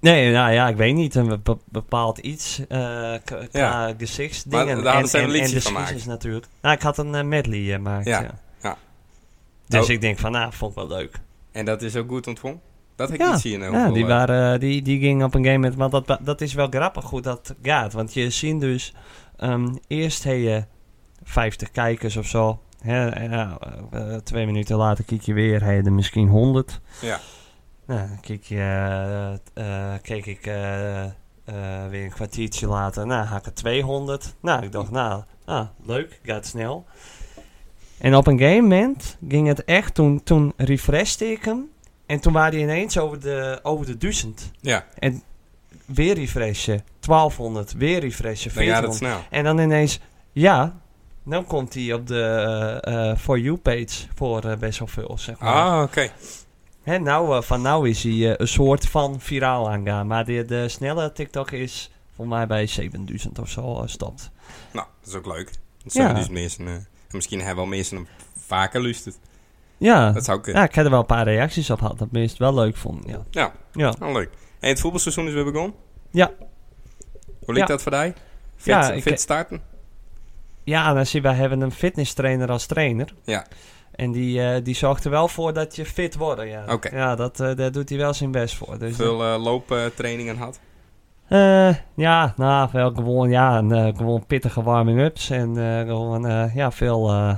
Speaker 2: nee, nou ja, ik weet niet. Een be- be- bepaald iets eh k- qua
Speaker 1: Ja.
Speaker 2: gezichtsdingen.
Speaker 1: Maar daar hadden ze een liedje
Speaker 2: de
Speaker 1: van
Speaker 2: schietjes natuurlijk. Nou, ik had een eh, medley gemaakt,
Speaker 1: Ja,
Speaker 2: ja.
Speaker 1: ja.
Speaker 2: Dus
Speaker 1: Oh.
Speaker 2: ik denk van, nou, vond ik wel leuk.
Speaker 1: En dat is ook goed ontvangen? Dat heb ik
Speaker 2: Ja,
Speaker 1: niet zien.
Speaker 2: Ja, die, waren, eh, die, die gingen op een game moment, want dat, wa- dat is wel grappig hoe dat gaat. Want je ziet dus, ehm, eerst heb je 50 kijkers of zo. Hè, en nou, eh, eh, twee minuten later kijk je weer, heb je er misschien 100.
Speaker 1: Ja.
Speaker 2: Nou, dan kijk je, eh, t- eh, keek ik eh, eh, weer een kwartiertje later, nou, had ik er 200. Nou, ik dacht, nou, ah, leuk, gaat snel. En op een gegeven moment ging het echt, toen, toen refreshte ik hem. En toen waren die ineens over de, over de duizend.
Speaker 1: Ja,
Speaker 2: Weer refreshen. 1200. Weer refreshen.
Speaker 1: dan gaat het
Speaker 2: 1400.
Speaker 1: snel.
Speaker 2: En dan ineens, ja, dan komt die op de eh, eh, For You page voor eh, best wel veel, zeg maar.
Speaker 1: Ah, oké.
Speaker 2: Hè, nou, eh, van nou is hij eh, een soort van viraal aangaan. Maar de, de snelle TikTok is volgens mij bij 7000 of zo eh, stopt.
Speaker 1: Nou, dat is ook leuk. Dat zijn
Speaker 2: Ja.
Speaker 1: dus mensen, eh, en misschien hebben wel mensen hem vaker luisterd.
Speaker 2: Ja.
Speaker 1: Dat zou kunnen.
Speaker 2: ja, ik heb er wel een paar reacties op gehad dat mensen het wel leuk vonden. Ja.
Speaker 1: Ja.
Speaker 2: ja.
Speaker 1: Nou, leuk. En het voetbalseizoen is weer begonnen?
Speaker 2: Ja.
Speaker 1: Hoe
Speaker 2: Ja.
Speaker 1: ligt dat voor jou? Fit,
Speaker 2: Ja, ik-
Speaker 1: fit starten?
Speaker 2: Ja, dan zie wij hebben een fitnesstrainer als trainer.
Speaker 1: Ja.
Speaker 2: En die, eh, die zorgt er wel voor dat je fit wordt, ja.
Speaker 1: Oké.
Speaker 2: Ja, dat, eh, daar doet hij wel zijn best voor. Dus
Speaker 1: Veel eh, looptrainingen had?
Speaker 2: eh, ja, nou, wel gewoon, ja, een, eh, gewoon pittige warming-ups en eh, gewoon, eh, ja, veel, eh,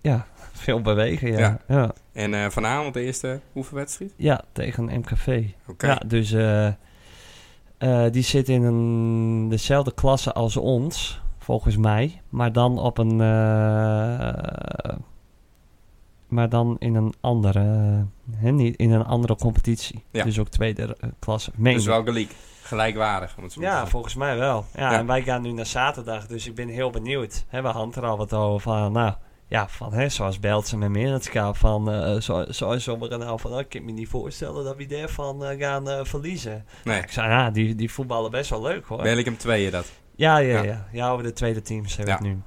Speaker 2: ja, veel bewegen, ja.
Speaker 1: Ja.
Speaker 2: Ja, ja,
Speaker 1: En eh, vanavond de eerste oefenwedstrijd?
Speaker 2: tegen MKV.
Speaker 1: Oké.
Speaker 2: Ja, dus eh, eh, die zit in een, dezelfde klasse als ons, volgens mij. Maar dan op een. eh, maar dan in een andere. eh, hè, niet in een andere competitie.
Speaker 1: Ja.
Speaker 2: Dus ook tweede eh, klasse. Meen
Speaker 1: Dus
Speaker 2: ik.
Speaker 1: wel gelijk. Gelijkwaardig. om het zo te
Speaker 2: Ja,
Speaker 1: zeggen.
Speaker 2: volgens mij wel. Ja,
Speaker 1: Ja.
Speaker 2: En wij gaan nu naar zaterdag, dus ik ben heel benieuwd. Hè, we hadden er al wat over van, nou, ja, van, hè, zoals Beltsen en Merenska, van, eh, zo, zoals sommigen nou van, oh, ik kan me niet voorstellen dat we daarvan eh, gaan eh, verliezen.
Speaker 1: Nee,
Speaker 2: Ik zei, ja, die, die voetballen best wel leuk hoor.
Speaker 1: bel ik hem tweeën dat.
Speaker 2: Ja, ja,
Speaker 1: Ja.
Speaker 2: ja, ja. over de tweede teams hebben we
Speaker 1: Ja.
Speaker 2: het nu.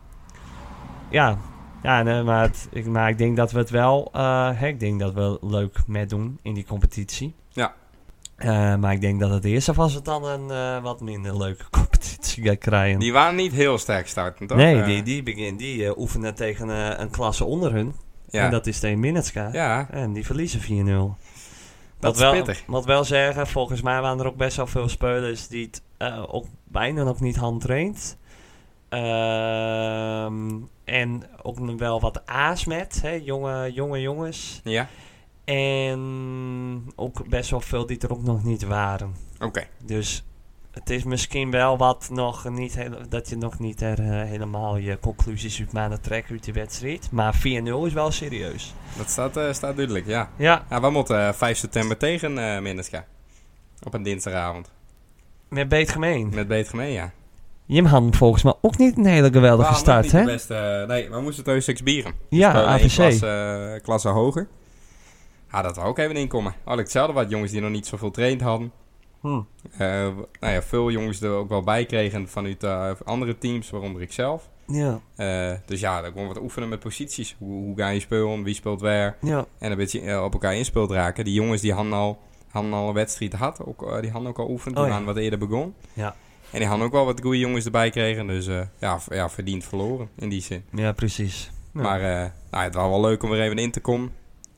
Speaker 2: Ja, ja nee, maar, het- ik, maar ik denk dat we het wel... eh, hè, ik denk dat we leuk met doen in die competitie.
Speaker 1: Ja.
Speaker 2: Eh, maar ik denk dat het eerst of als het dan een eh, wat minder leuke competitie gaat krijgen.
Speaker 1: Die waren niet heel sterk starten, toch?
Speaker 2: nee,
Speaker 1: Eh,
Speaker 2: die, die, begin, die eh, oefenen tegen eh, een klasse onder hun.
Speaker 1: Ja.
Speaker 2: En dat is tegen Minetska.
Speaker 1: ja,
Speaker 2: En die verliezen 4-0.
Speaker 1: Dat
Speaker 2: Wat
Speaker 1: is
Speaker 2: wel,
Speaker 1: pittig.
Speaker 2: Wat wel zeggen, volgens mij waren er ook best wel veel spelers die het eh, ook bijna nog niet handtraind. Ehm en ook nog wel wat aas met, hè, jonge, jonge jongens.
Speaker 1: Ja,
Speaker 2: En ook best wel veel die er ook nog niet waren.
Speaker 1: oké.
Speaker 2: Dus het is misschien wel wat nog niet hele- dat je nog niet er, eh, helemaal je conclusies uit maanden trekt uit die wedstrijd. Maar 4-0 is wel serieus.
Speaker 1: Dat staat, eh, staat duidelijk, ja.
Speaker 2: Ja,
Speaker 1: Ja, we moeten eh, 5 september tegen eh Minnesca. Op een dinsdagavond.
Speaker 2: met beet gemeen.
Speaker 1: Met Beetgemeen, ja.
Speaker 2: Jim had volgens mij ook niet een hele geweldige
Speaker 1: Waarom
Speaker 2: start,
Speaker 1: niet de
Speaker 2: hè?
Speaker 1: beste, eh, nee, we moesten thuis 6 bieren.
Speaker 2: Ja,
Speaker 1: Spelen één
Speaker 2: AVC.
Speaker 1: Klasse, eh, klasse hoger. Ja, dat wou ook even inkomen. Had ik hetzelfde wat jongens die nog niet zoveel traind hadden.
Speaker 2: Hm.
Speaker 1: Eh, w- nou ja, veel jongens er ook wel bij kregen vanuit eh, andere teams, waaronder ik zelf.
Speaker 2: Ja,
Speaker 1: Eh, dus ja, dan gewoon wat oefenen met posities. Hoe, hoe ga je spelen, wie speelt waar.
Speaker 2: ja,
Speaker 1: En een beetje eh, op elkaar inspeeld raken. Die jongens die hadden al, hadden al een wedstrijd gehad. Ook, eh, die hadden ook al oefend
Speaker 2: Oh,
Speaker 1: toen
Speaker 2: ja.
Speaker 1: aan wat eerder begon.
Speaker 2: Ja.
Speaker 1: En die hadden ook wel wat goede jongens erbij kregen. Dus eh, ja, v- ja, verdiend verloren in die zin.
Speaker 2: ja, precies. Ja.
Speaker 1: Maar eh, nou, het was wel leuk om er even in te komen.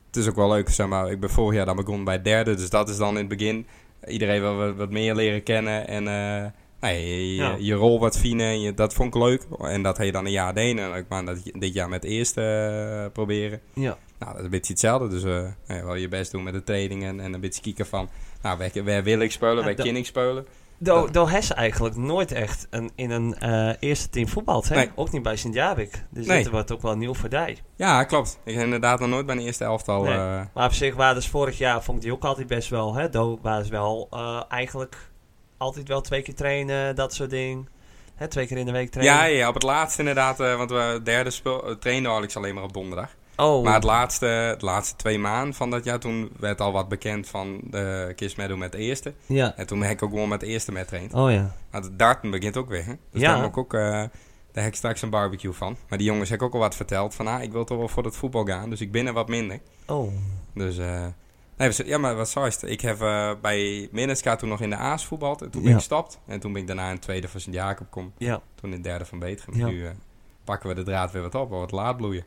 Speaker 1: Het is ook wel leuk, zeg maar. Ik ben vorig jaar dan begonnen bij het derde. Dus dat is dan in het begin iedereen wel wat, wat meer leren kennen. En eh, nou, je, je,
Speaker 2: Ja.
Speaker 1: je rol wat finer. en je- dat vond ik leuk. En dat heet dan een jaar deen. En ik maar dat dit jaar met het eerste eh, proberen.
Speaker 2: Ja.
Speaker 1: Nou, dat is een beetje hetzelfde. Dus eh, nou ja, wel je best doen met de trainingen. En een beetje kieken van, nou, waar, waar wil ik spelen?
Speaker 2: Ja,
Speaker 1: waar
Speaker 2: dat-
Speaker 1: kan ik spelen?
Speaker 2: Do, Do Hess eigenlijk nooit echt een, in een eh, eerste team voetbalt, hè?
Speaker 1: Nee.
Speaker 2: Ook niet bij Sint-Jabik. Dus
Speaker 1: Nee.
Speaker 2: dit wordt ook wel nieuw voor die.
Speaker 1: Ja, klopt. Ik heb inderdaad nog nooit bij een eerste elftal...
Speaker 2: Nee.
Speaker 1: eh,
Speaker 2: Maar op zich waren ze vorig jaar, vond ik die ook altijd best wel, hè? Do waren ze wel eh, eigenlijk altijd wel twee keer trainen, dat soort ding. Hè, twee keer in de week trainen.
Speaker 1: Ja, ja, op het laatste inderdaad. eh, want we derde speel, eh, trainde Alex alleen maar op donderdag.
Speaker 2: Oh,
Speaker 1: Maar het laatste, het laatste twee maanden van dat jaar, toen werd al wat bekend van de Kiss Meadow met de eerste.
Speaker 2: ja.
Speaker 1: En toen heb ik ook gewoon met de eerste met traind.
Speaker 2: Oh ja.
Speaker 1: Maar het darten begint ook weer. Hè? Dus
Speaker 2: Ja.
Speaker 1: daar, heb ik ook, eh, daar heb ik straks een barbecue van. Maar die jongens heb ik ook al wat verteld. Van ah, ik wil toch wel voor het voetbal gaan. Dus ik ben er wat minder.
Speaker 2: Oh.
Speaker 1: Dus eh, nee, we- ja, maar wat zou het? Ik heb eh, bij Minneska toen nog in de A's voetbald. En toen ben
Speaker 2: Ja.
Speaker 1: ik gestapt. En toen ben ik daarna in tweede van Sint-Jacob gekomen.
Speaker 2: Ja.
Speaker 1: Toen in derde van Betegem.
Speaker 2: Ja.
Speaker 1: Nu eh, pakken we de draad weer wat op, wat laat bloeien.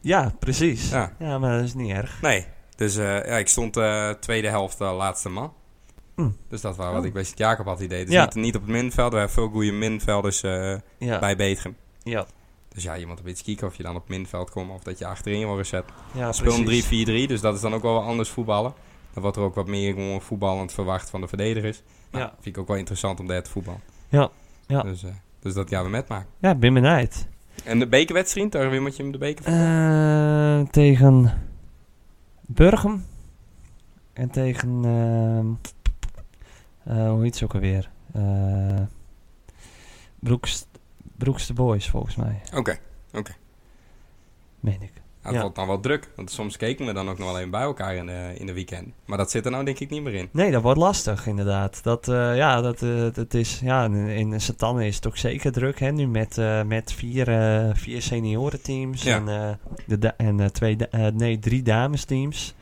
Speaker 2: ja, precies. Ja.
Speaker 1: Ja,
Speaker 2: maar dat is niet erg.
Speaker 1: nee. Dus eh, ja, ik stond eh tweede helft eh, laatste man.
Speaker 2: Hm.
Speaker 1: Dus dat was wat
Speaker 2: Oh.
Speaker 1: ik bij Sint-Jacob had idee. Dus
Speaker 2: Ja.
Speaker 1: niet, niet op het minveld. We hebben veel goede minvelders eh,
Speaker 2: Ja.
Speaker 1: bij Betegem.
Speaker 2: Ja.
Speaker 1: Dus ja, je moet een beetje kieken of je dan op het minveld komt of dat je achterin wordt gezet.
Speaker 2: Ja,
Speaker 1: Speel een
Speaker 2: precies.
Speaker 1: 3-4-3, dus dat is dan ook wel wat anders voetballen. Dan wordt er ook wat meer gewoon voetballend verwacht van de verdedigers. Nou,
Speaker 2: Ja.
Speaker 1: Vind ik ook wel interessant om daar te voetballen.
Speaker 2: Ja, ja.
Speaker 1: Dus, eh, dus dat gaan we met maken.
Speaker 2: Ja, ik ben benijd.
Speaker 1: En de bekerwedstrijd, daar weer moet je hem de beker
Speaker 2: Eh, tegen Burgum. En tegen. ehm, eh, hoe heet ze ook alweer? Eh Broeks, Broeks de Boys, volgens mij.
Speaker 1: Oké,
Speaker 2: Meen ik.
Speaker 1: Nou, het
Speaker 2: Ja.
Speaker 1: wordt dan wel druk. Want soms keken we dan ook nog wel even bij elkaar in de, in de weekend. Maar dat zit er nou denk ik niet meer in.
Speaker 2: Nee, dat wordt lastig, inderdaad. Dat, eh, ja, dat, eh, dat is, ja, in, in Satan is het toch zeker druk, hè? Nu met, eh, met vier, eh vier seniorenteams
Speaker 1: Ja.
Speaker 2: en, eh, de da- en eh, twee, da- eh, nee, drie damesteams.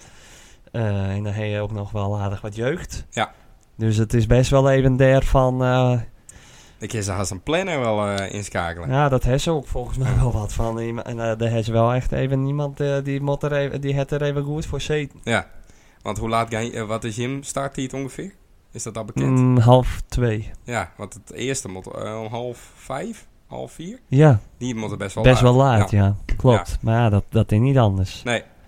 Speaker 2: Eh, en dan heb je ook nog wel aardig wat jeugd.
Speaker 1: Ja.
Speaker 2: Dus het is best wel even der van, eh,
Speaker 1: Ik is haast een planner wel eh, inschakelen.
Speaker 2: ja, dat heeft ze ook volgens mij wel wat van. Iem- En eh daar heeft ze wel echt even niemand, eh, die, moet er even, die het er even goed voor zeten.
Speaker 1: Ja. Want hoe laat ga je, eh, wat is Jim starttijd ongeveer? Is dat al bekend?
Speaker 2: Mm, half twee.
Speaker 1: Ja, want het eerste moet eh, om half vijf, half vier.
Speaker 2: Ja,
Speaker 1: Die moet er best wel
Speaker 2: best
Speaker 1: laat.
Speaker 2: wel laat, ja. Klopt. Maar ja, dat, dat is niet anders.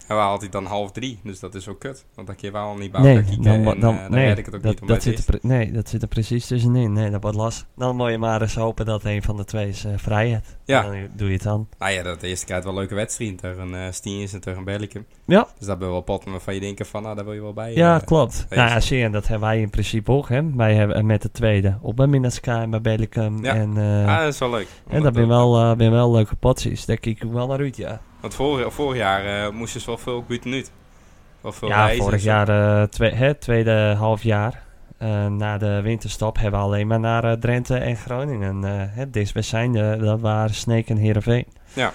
Speaker 1: En we altijd dan half drie, dus dat is ook kut. Want dan kun je wel niet bij
Speaker 2: Nee,
Speaker 1: elkaar kieken
Speaker 2: dan, wa-
Speaker 1: en
Speaker 2: dan,
Speaker 1: eh, dan
Speaker 2: nee,
Speaker 1: red ik het ook
Speaker 2: dat,
Speaker 1: niet om
Speaker 2: dat
Speaker 1: bij
Speaker 2: zit er
Speaker 1: het eerst.
Speaker 2: pre- Nee, dat zit er precies tussenin. Nee, dat wordt last. Dan moet je maar eens hopen dat een van de twee is eh, vrij heeft.
Speaker 1: Ja.
Speaker 2: Dan doe je het dan.
Speaker 1: Nou ja, dat eerste krijgt wel leuke wedstrijden tegen eh Stiens en tegen Bellicum.
Speaker 2: Ja.
Speaker 1: Dus dat ben je wel potten waarvan je denken van, nou daar wil je wel bij.
Speaker 2: Ja,
Speaker 1: eh,
Speaker 2: klopt.
Speaker 1: weet
Speaker 2: Nou,
Speaker 1: je.
Speaker 2: ja, zie je, en dat hebben wij in principe ook. Hè. Wij hebben eh, met de tweede op bij Minneska en bij Bellicum.
Speaker 1: Ja.
Speaker 2: En, eh,
Speaker 1: Ah, dat is wel leuk.
Speaker 2: en dat zijn wel, eh, ben wel leuke potjes. Daar kijk ik wel naar uit, ja.
Speaker 1: Want vorig, vorig jaar eh, moesten ze wel veel buiten uit. Wel veel
Speaker 2: Ja,
Speaker 1: reizen.
Speaker 2: vorig jaar, eh, twee, hè, tweede half jaar, eh, na de winterstop, hebben we alleen maar naar eh, Drenthe en Groningen. eh hè, dichtstbijzijnde, dat waren Sneek en Heerenveen.
Speaker 1: Ja.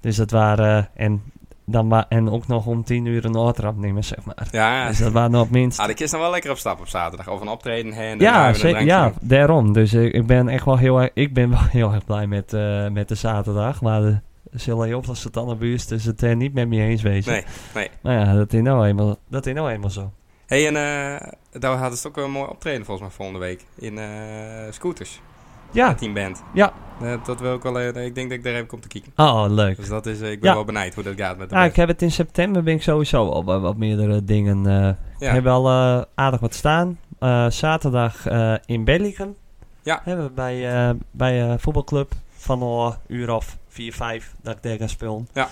Speaker 2: Dus dat waren, en, dan wa- en ook nog om tien uur een oortrap nemen, zeg maar.
Speaker 1: Ja,
Speaker 2: Dus dat waren nog minst.
Speaker 1: ah, de kist dan wel lekker op stap op zaterdag. Of een optreden heen.
Speaker 2: Ja, zeker, ja, daarom. Dus eh, ik ben echt wel heel erg, ik ben wel heel erg blij met, eh, met de zaterdag. Maar de, zullen heel veel satanenbuurs dus het eh, niet met me eens wezen.
Speaker 1: Nee, nee.
Speaker 2: Maar ja, dat is nou eenmaal, dat is nou eenmaal zo.
Speaker 1: hey, en eh, daar hadden ze ook een mooi optreden volgens mij volgende week. In eh, Scooters,
Speaker 2: Ja.
Speaker 1: met Team Band.
Speaker 2: Ja.
Speaker 1: Eh, dat wil ik wel, eh, ik denk dat ik daar even kom te kijken.
Speaker 2: Oh, leuk.
Speaker 1: Dus dat is, eh, ik ben
Speaker 2: Ja. Ah,
Speaker 1: wel benijd hoe dat gaat met de
Speaker 2: Ja,
Speaker 1: band.
Speaker 2: ik heb het in september ben ik sowieso al bij wat meerdere dingen. eh, Ik
Speaker 1: Ja.
Speaker 2: heb wel eh, aardig wat staan. Eh, zaterdag eh, in Bellingham.
Speaker 1: Ja.
Speaker 2: Hebben we bij, eh, bij eh voetbalclub van al uur of 4, 5 dat ik daar ga spelen.
Speaker 1: Ja.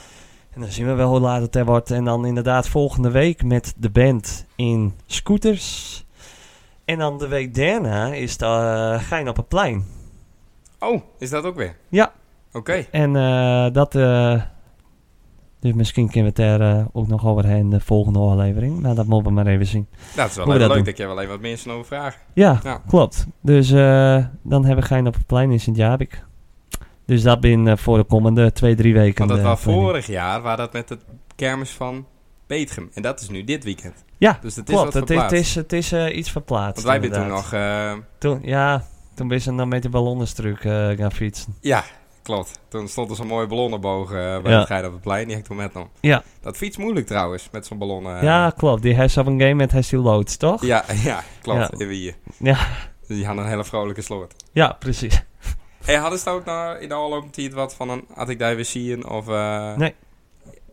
Speaker 2: En dan zien we wel hoe laat het er wordt. En dan inderdaad volgende week met de band in scooters. En dan de week daarna is daar eh, Gein op het plein.
Speaker 1: Oh, is dat ook weer?
Speaker 2: Ja.
Speaker 1: Oké. Nou,
Speaker 2: En eh, dat. eh, dus misschien kunnen we het er eh, ook nog overheen in de volgende aflevering. Maar dat moeten we maar even zien.
Speaker 1: Dat is wel
Speaker 2: Hoe we
Speaker 1: heel
Speaker 2: dat
Speaker 1: leuk
Speaker 2: doen.
Speaker 1: dat je wel even wat mensen over vraagt.
Speaker 2: Ja,
Speaker 1: Ja.
Speaker 2: klopt. Dus eh, dan hebben we Gein op het plein in Sint-Jabik. Dus dat ben eh, voor de komende twee, drie weken.
Speaker 1: Want dat
Speaker 2: eh,
Speaker 1: was
Speaker 2: planning.
Speaker 1: vorig jaar, waar dat met de kermis van Petrem. En dat is nu dit weekend.
Speaker 2: Ja,
Speaker 1: Dus het is
Speaker 2: Klopt,
Speaker 1: wat
Speaker 2: het is, het
Speaker 1: verplaatst.
Speaker 2: is, het is eh, iets verplaatst.
Speaker 1: Want wij hebben toen
Speaker 2: inderdaad.
Speaker 1: nog... eh,
Speaker 2: Toen, ja, toen ben ze dan met de ballonnenstruk eh, gaan fietsen.
Speaker 1: ja, klopt. Toen stond er zo'n mooie ballonnenboog eh, bij
Speaker 2: Ja.
Speaker 1: het Gein op het plein. Die heb ik toen met nog.
Speaker 2: Ja.
Speaker 1: Dat fiets moeilijk trouwens, met zo'n ballon. eh,
Speaker 2: ja, klopt. Die heeft op een game met Hestie Loods, toch?
Speaker 1: ja, ja, klopt.
Speaker 2: Ja.
Speaker 1: Even hier.
Speaker 2: Ja.
Speaker 1: Die hadden een hele vrolijke sloot.
Speaker 2: Ja, precies.
Speaker 1: Hey, hadden ze daar ook nou in de afgelopen tijd wat van een... Had ik daar weer zien of... eh,
Speaker 2: Nee.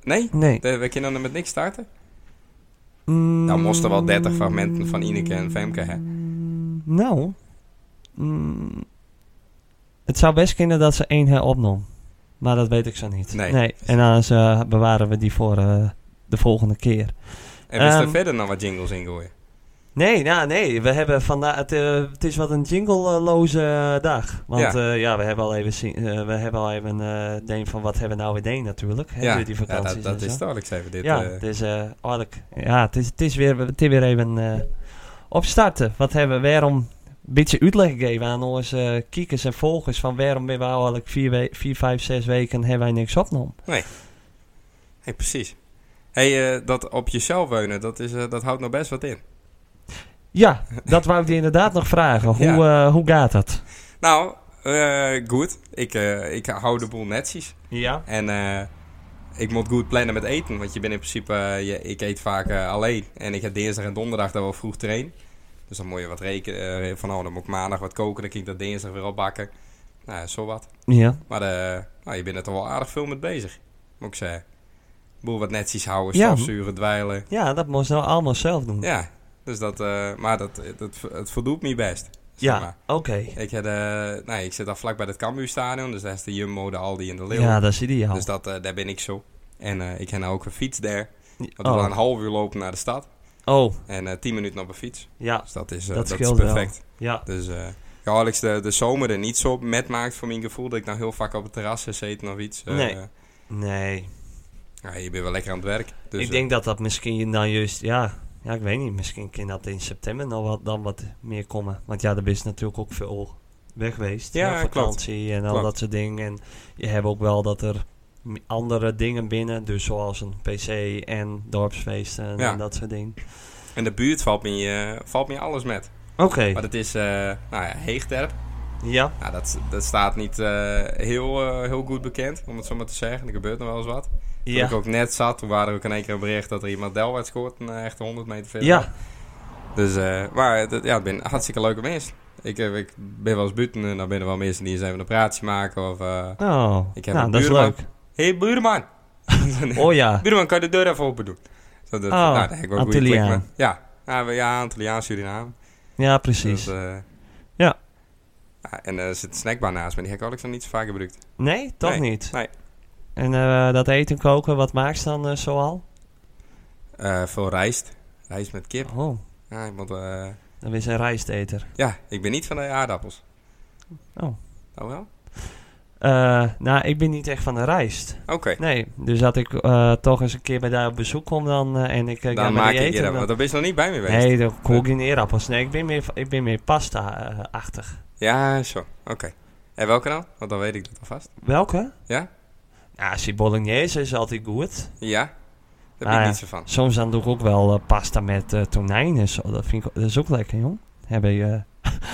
Speaker 1: Nee?
Speaker 2: Nee.
Speaker 1: De- We kunnen er met niks starten?
Speaker 2: Mm,
Speaker 1: Nou, moesten wel 30 fragmenten van Ineke en Femke, hè?
Speaker 2: Nou. mm, het zou best kunnen dat ze één heropnam. Maar dat weet ik zo niet.
Speaker 1: Nee.
Speaker 2: En anders eh, bewaren we die voor eh, de volgende keer.
Speaker 1: En wist er
Speaker 2: Ehm,
Speaker 1: verder nog wat jingles in gooien?
Speaker 2: Nee, nou nee. We hebben vandaag... Het, eh, het is wat een jingleloze eh, dag. Want
Speaker 1: Ja.
Speaker 2: ja. ja, we hebben al even, zien- eh, we hebben al even eh deen van wat hebben we nou weer deen natuurlijk. Hè, door die vakanties
Speaker 1: dat, dat
Speaker 2: en zo.
Speaker 1: is duidelijk even. Dit,
Speaker 2: ja,
Speaker 1: eh,
Speaker 2: het is eh, aardig. Ja, het is, het is, weer, het is weer even eh, opstarten. Wat hebben we waarom een beetje uitleg geven aan onze eh, kijkers en volgers van waarom hebben we eigenlijk vier, we- vier, vijf, zes weken hebben wij niks opgenomen.
Speaker 1: hey, precies. hey, eh, dat op jezelf wonen, dat, is, eh, dat houdt nog best wat in.
Speaker 2: Ja, dat wou ik je inderdaad nog vragen. Hoe, eh, hoe gaat dat?
Speaker 1: Nou, eh, goed. Ik, eh, ik hou de boel netjes.
Speaker 2: Ja.
Speaker 1: En eh, ik moet goed plannen met eten. Want je bent in principe... eh, je, ik eet vaak eh, alleen. En ik heb dinsdag en donderdag daar wel vroeg trainen. Dus dan moet je wat rekenen. eh, van, oh, dan moet ik maandag wat koken. Dan kan ik dat dinsdag weer opbakken. Nou, ja, zo wat.
Speaker 2: Ja.
Speaker 1: Maar eh, nou, je bent er toch wel aardig veel mee bezig, moet ik zeggen. Boel wat netjes houden,
Speaker 2: Ja.
Speaker 1: stofzuren, dweilen.
Speaker 2: ja, dat moest nou allemaal zelf doen.
Speaker 1: Ja, dus dat, eh, maar dat, dat, het voldoet me best. zeg
Speaker 2: Ja,
Speaker 1: maar.
Speaker 2: oké.
Speaker 1: Ik, heb, eh, nou, ik zit al vlak bij het Cambuurstadion, dus daar is de Jumbo, de Aldi en de Leeuw.
Speaker 2: Ja, dat is ideaal.
Speaker 1: dus dat, eh, daar ben ik zo. En eh, ik heb nou ook een fiets daar. Want we gaan
Speaker 2: oh.
Speaker 1: een half uur lopen naar de stad.
Speaker 2: oh,
Speaker 1: En eh tien minuten op een fiets.
Speaker 2: ja,
Speaker 1: Dus dat is, eh,
Speaker 2: Dat
Speaker 1: dat is
Speaker 2: scheelt wel.
Speaker 1: perfect.
Speaker 2: ja.
Speaker 1: Dus eh ik hou Alex de, de zomer er niet zo met maakt voor mijn gevoel. Dat ik nou heel vaak op het terras zit of iets. Eh,
Speaker 2: Nee. Nee,
Speaker 1: Ja, je bent wel lekker aan het werk. Dus
Speaker 2: ik denk dat dat misschien dan juist, ja, ja, ik weet niet, misschien kan dat in september nog wat, dan wat meer komen. Want ja, er is natuurlijk ook veel weg geweest.
Speaker 1: Ja,
Speaker 2: hè,
Speaker 1: klopt.
Speaker 2: vakantie en al
Speaker 1: Klopt.
Speaker 2: dat soort dingen. En je hebt ook wel dat er m- andere dingen binnen, dus zoals een PC en dorpsfeesten
Speaker 1: Ja.
Speaker 2: en dat soort dingen.
Speaker 1: eh, en de buurt valt me, eh, valt me alles met.
Speaker 2: Oké,
Speaker 1: Maar dat is, eh nou ja, Heegterp.
Speaker 2: ja,
Speaker 1: Nou, dat, dat staat niet eh, heel, eh, heel goed bekend, om het zo maar te zeggen. Er gebeurt nog wel eens wat. Toen
Speaker 2: ja,
Speaker 1: ik ook net zat, toen waren we ook in één keer een bericht dat er iemand Delwaard scoort. Een eh, echte 100 meter verder.
Speaker 2: ja,
Speaker 1: Dus, eh, maar dat, ja, het zijn hartstikke leuke mensen. Ik, eh, ik ben wel eens buiten en dan ben er wel mensen die eens even een praatje maken. Of, eh
Speaker 2: oh,
Speaker 1: Ik heb
Speaker 2: nou,
Speaker 1: een
Speaker 2: dat is
Speaker 1: buurman.
Speaker 2: leuk.
Speaker 1: hey, buurman!
Speaker 2: Oh ja,
Speaker 1: Buurman, kan je de deur even open doen? Zo, dat,
Speaker 2: Oh,
Speaker 1: nou, daar heb ik wel een goede klik
Speaker 2: Antilliaan.
Speaker 1: mee. Ja, ja, we- ja Antilliaan, Suriname.
Speaker 2: ja, precies.
Speaker 1: Dus, eh,
Speaker 2: Ja.
Speaker 1: ja, En er zit een snackbar naast me, die heb ik ook nog niet zo vaak gebruikt.
Speaker 2: Nee, toch
Speaker 1: Nee,
Speaker 2: niet?
Speaker 1: nee.
Speaker 2: En eh, dat eten koken, wat maakt ze dan eh, zoal?
Speaker 1: Eh, veel rijst. Rijst met kip.
Speaker 2: Oh,
Speaker 1: Ja, ik, moet, eh,
Speaker 2: dan is een rijsteter.
Speaker 1: ja, ik ben niet van de aardappels.
Speaker 2: Oh.
Speaker 1: Oh wel?
Speaker 2: Eh, nou, ik ben niet echt van de rijst.
Speaker 1: Oké.
Speaker 2: Nee, dus dat ik eh, toch eens een keer bij daar op bezoek kom dan eh, en ik eh, ga
Speaker 1: Dan
Speaker 2: met
Speaker 1: maak
Speaker 2: die
Speaker 1: ik je
Speaker 2: eten.
Speaker 1: dat, want
Speaker 2: dan-
Speaker 1: daar ben je nog niet bij me geweest.
Speaker 2: nee, dan kook ik geen eerappels. Nee, ik ben meer, ik ben meer pasta-achtig.
Speaker 1: Ja, zo. Oké. En welke dan? Want dan weet ik dat alvast.
Speaker 2: Welke?
Speaker 1: Ja?
Speaker 2: Ja, si bolognese is altijd goed.
Speaker 1: Ja? Daar ben
Speaker 2: Ah,
Speaker 1: ik
Speaker 2: ja.
Speaker 1: niet zo van.
Speaker 2: Soms dan doe ik ook wel eh, pasta met eh tonijn en zo. Dat, vind ik, dat is ook lekker, jong. Hebben je... eh,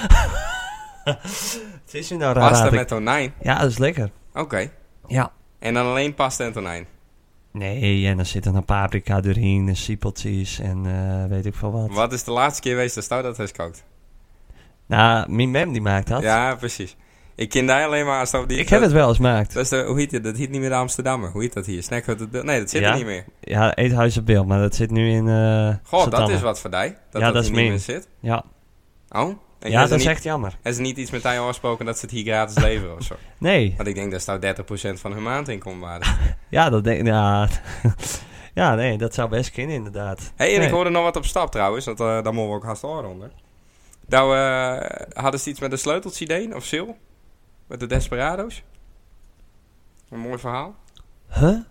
Speaker 2: Het is nu nou raar.
Speaker 1: Pasta
Speaker 2: dat ik-
Speaker 1: met tonijn?
Speaker 2: Ja, dat is lekker.
Speaker 1: Oké.
Speaker 2: Ja.
Speaker 1: En dan alleen pasta en tonijn?
Speaker 2: Nee, en dan zit er een paprika doorheen en siepeltjes en eh, weet ik veel wat.
Speaker 1: Wat is de laatste keer geweest dat Stout dat heeft gekookt?
Speaker 2: Nou, mijn mem die maakt dat.
Speaker 1: Ja, precies. Ik ken daar alleen maar als Stout die...
Speaker 2: ik heb het wel eens gemaakt.
Speaker 1: Dat is de, hoe heet het? Dat heet niet meer de Amsterdammer. Hoe heet dat hier? Snack Hut het Beeld? Nee, dat zit
Speaker 2: Ja.
Speaker 1: er niet meer.
Speaker 2: Ja, Eethuis op beeld, maar dat zit nu in eh
Speaker 1: Goh, dat
Speaker 2: Santana.
Speaker 1: is wat voor die. Dat
Speaker 2: Ja,
Speaker 1: dat,
Speaker 2: dat
Speaker 1: hier
Speaker 2: is
Speaker 1: niet
Speaker 2: min.
Speaker 1: meer zit.
Speaker 2: Ja,
Speaker 1: Oh? Ik heb
Speaker 2: ja
Speaker 1: er
Speaker 2: dat is
Speaker 1: niet-
Speaker 2: echt jammer.
Speaker 1: Hebben ze niet iets met jou afgesproken dat ze het hier gratis leveren of zo?
Speaker 2: Nee,
Speaker 1: Want ik denk dat Stout 30% van hun maandinkomen waren.
Speaker 2: ja, dat denk ja. ja, nee, dat zou best kunnen inderdaad.
Speaker 1: Hé, hey, en
Speaker 2: Nee.
Speaker 1: ik hoorde nog wat op stap trouwens, want eh, daar mogen we ook haast horen onder. Nou, eh, hadden ze iets met de sleuteltje deen of Sil? Met de Desperado's? Een mooi verhaal.
Speaker 2: Huh? Een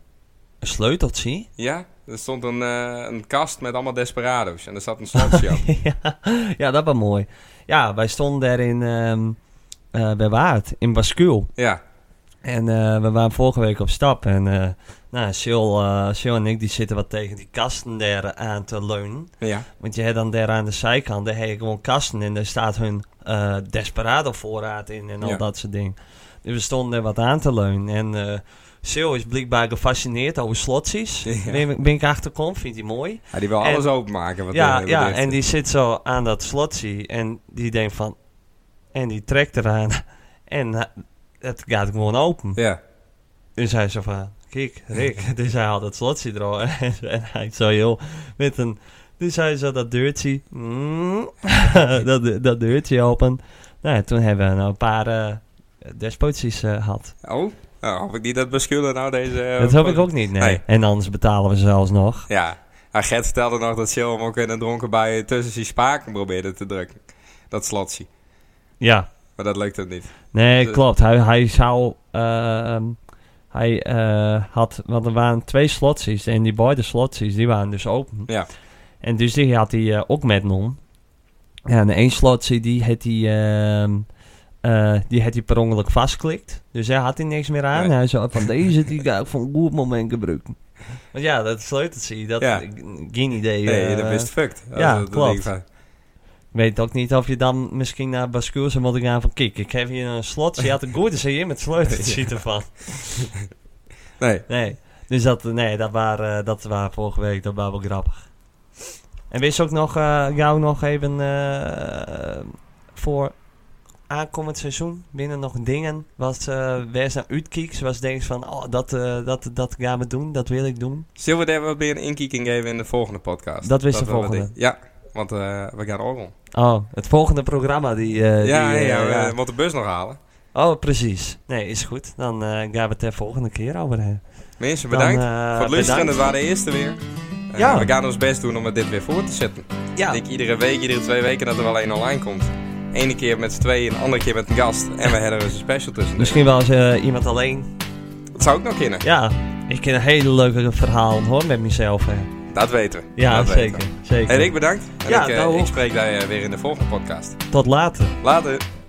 Speaker 2: sleuteltje?
Speaker 1: Ja, er stond een, eh, een kast met allemaal Desperado's en er zat een slotje op.
Speaker 2: ja, ja, dat was mooi. Ja, wij stonden daar in, ehm, eh, bij Waard, in Bascuul.
Speaker 1: Ja,
Speaker 2: En eh, we waren vorige week op stap. En eh nou, Sil, eh, Sil en ik die zitten wat tegen die kasten daar aan te leunen.
Speaker 1: ja.
Speaker 2: Want je hebt dan daar aan de zijkant, daar heb je gewoon kasten en daar staat hun eh, desperado voorraad in en al
Speaker 1: Ja.
Speaker 2: dat soort dingen. Dus we stonden er wat aan te leunen. En eh Sil is blijkbaar gefascineerd over slotsies.
Speaker 1: Ja.
Speaker 2: Ben, ben ik achterkom, vindt hij mooi.
Speaker 1: Ja, die wil
Speaker 2: En-
Speaker 1: alles openmaken. Wat
Speaker 2: ja,
Speaker 1: eh,
Speaker 2: ja
Speaker 1: betreft.
Speaker 2: en die zit zo aan dat slotsie en die denkt van... En die trekt eraan en eh, het gaat gewoon open.
Speaker 1: Ja,
Speaker 2: Dus hij zo van, kijk, Rick. dus hij haalt het slotje er en, en hij zo heel met een... Dus hij zo dat deurtje, mm, dat, dat deurtje open. Nou, ja, toen hebben we nou een paar eh despoties eh, gehad.
Speaker 1: oh, nou, hoop ik niet dat beschullen nou deze... eh,
Speaker 2: dat hoop ik ook niet, nee.
Speaker 1: Nee.
Speaker 2: En anders betalen we zelfs nog.
Speaker 1: Ja, en Gert vertelde nog dat Sil hem ook in een dronken bij tussen zijn spaken probeerde te drukken. Dat slotje.
Speaker 2: Ja,
Speaker 1: Maar dat lukt hem niet.
Speaker 2: nee,
Speaker 1: Dus-
Speaker 2: klopt. Hij, hij zou... eh, ehm, hij eh, had, want er waren twee slotsies en die beide slotsies, die waren dus open.
Speaker 1: Ja.
Speaker 2: En dus die had hij eh, ook met non. Ja, en één slotje die had hij, ehm, eh, die had hij per ongeluk vastklikt. Dus hij had hij niks meer aan.
Speaker 1: Nee.
Speaker 2: Hij zei van deze die ga ik voor een goed moment gebruiken. Want ja, dat sleuteltje, dat
Speaker 1: Ja.
Speaker 2: eh, geen idee.
Speaker 1: Nee,
Speaker 2: eh,
Speaker 1: dat is fucked. Dat-
Speaker 2: ja,
Speaker 1: dat- dat
Speaker 2: klopt.
Speaker 1: denk ik van-
Speaker 2: Ik weet ook niet of je dan misschien naar Bascuur zou moeten gaan van kijk, ik heb hier een slotje. Je had een goede hier met sleuteltje ervan.
Speaker 1: Nee,
Speaker 2: Nee, dus dat, nee, dat waren, eh, dat waren vorige week, dat waren wel grappig. En wist ook nog, eh, jou nog even eh, voor aankomend seizoen, binnen nog dingen, was eh wees naar Utkieks, was denk ik van, oh, dat, eh, dat, dat gaan we doen, dat wil ik doen.
Speaker 1: zullen we daar wat meer een inkijking geven in de volgende podcast?
Speaker 2: Dat is de
Speaker 1: we wat
Speaker 2: volgende.
Speaker 1: in- Ja, want eh, we gaan orgel.
Speaker 2: Oh, het volgende programma die... eh,
Speaker 1: ja, ja,
Speaker 2: die, eh,
Speaker 1: ja, we
Speaker 2: ja.
Speaker 1: moeten de bus nog halen.
Speaker 2: Oh, precies. Nee, is goed. Dan eh, gaan we het de volgende keer over hebben.
Speaker 1: Mensen,
Speaker 2: Dan,
Speaker 1: bedankt
Speaker 2: eh,
Speaker 1: voor het luisteren.
Speaker 2: bedankt.
Speaker 1: Dat waren de eerste weer. Eh,
Speaker 2: Ja.
Speaker 1: We gaan ons best doen om het dit weer voor te zetten.
Speaker 2: Ja,
Speaker 1: Ik denk iedere week, iedere twee weken dat er wel één online komt. Ene keer met z'n tweeën, een andere keer met een gast. En we hebben er eens een special tussen. Dus
Speaker 2: misschien wel eens eh, iemand alleen.
Speaker 1: Dat zou ook nog kunnen.
Speaker 2: Ja, ik ken een hele leuke verhaal hoor met mezelf. Hè.
Speaker 1: Dat weten we.
Speaker 2: Ja,
Speaker 1: dat
Speaker 2: zeker.
Speaker 1: Weten
Speaker 2: zeker.
Speaker 1: we. Hey, Rick, bedankt. En
Speaker 2: Ja,
Speaker 1: ik, eh,
Speaker 2: nou ook.
Speaker 1: ik spreek daar eh, weer in de volgende podcast.
Speaker 2: Tot later.
Speaker 1: Later.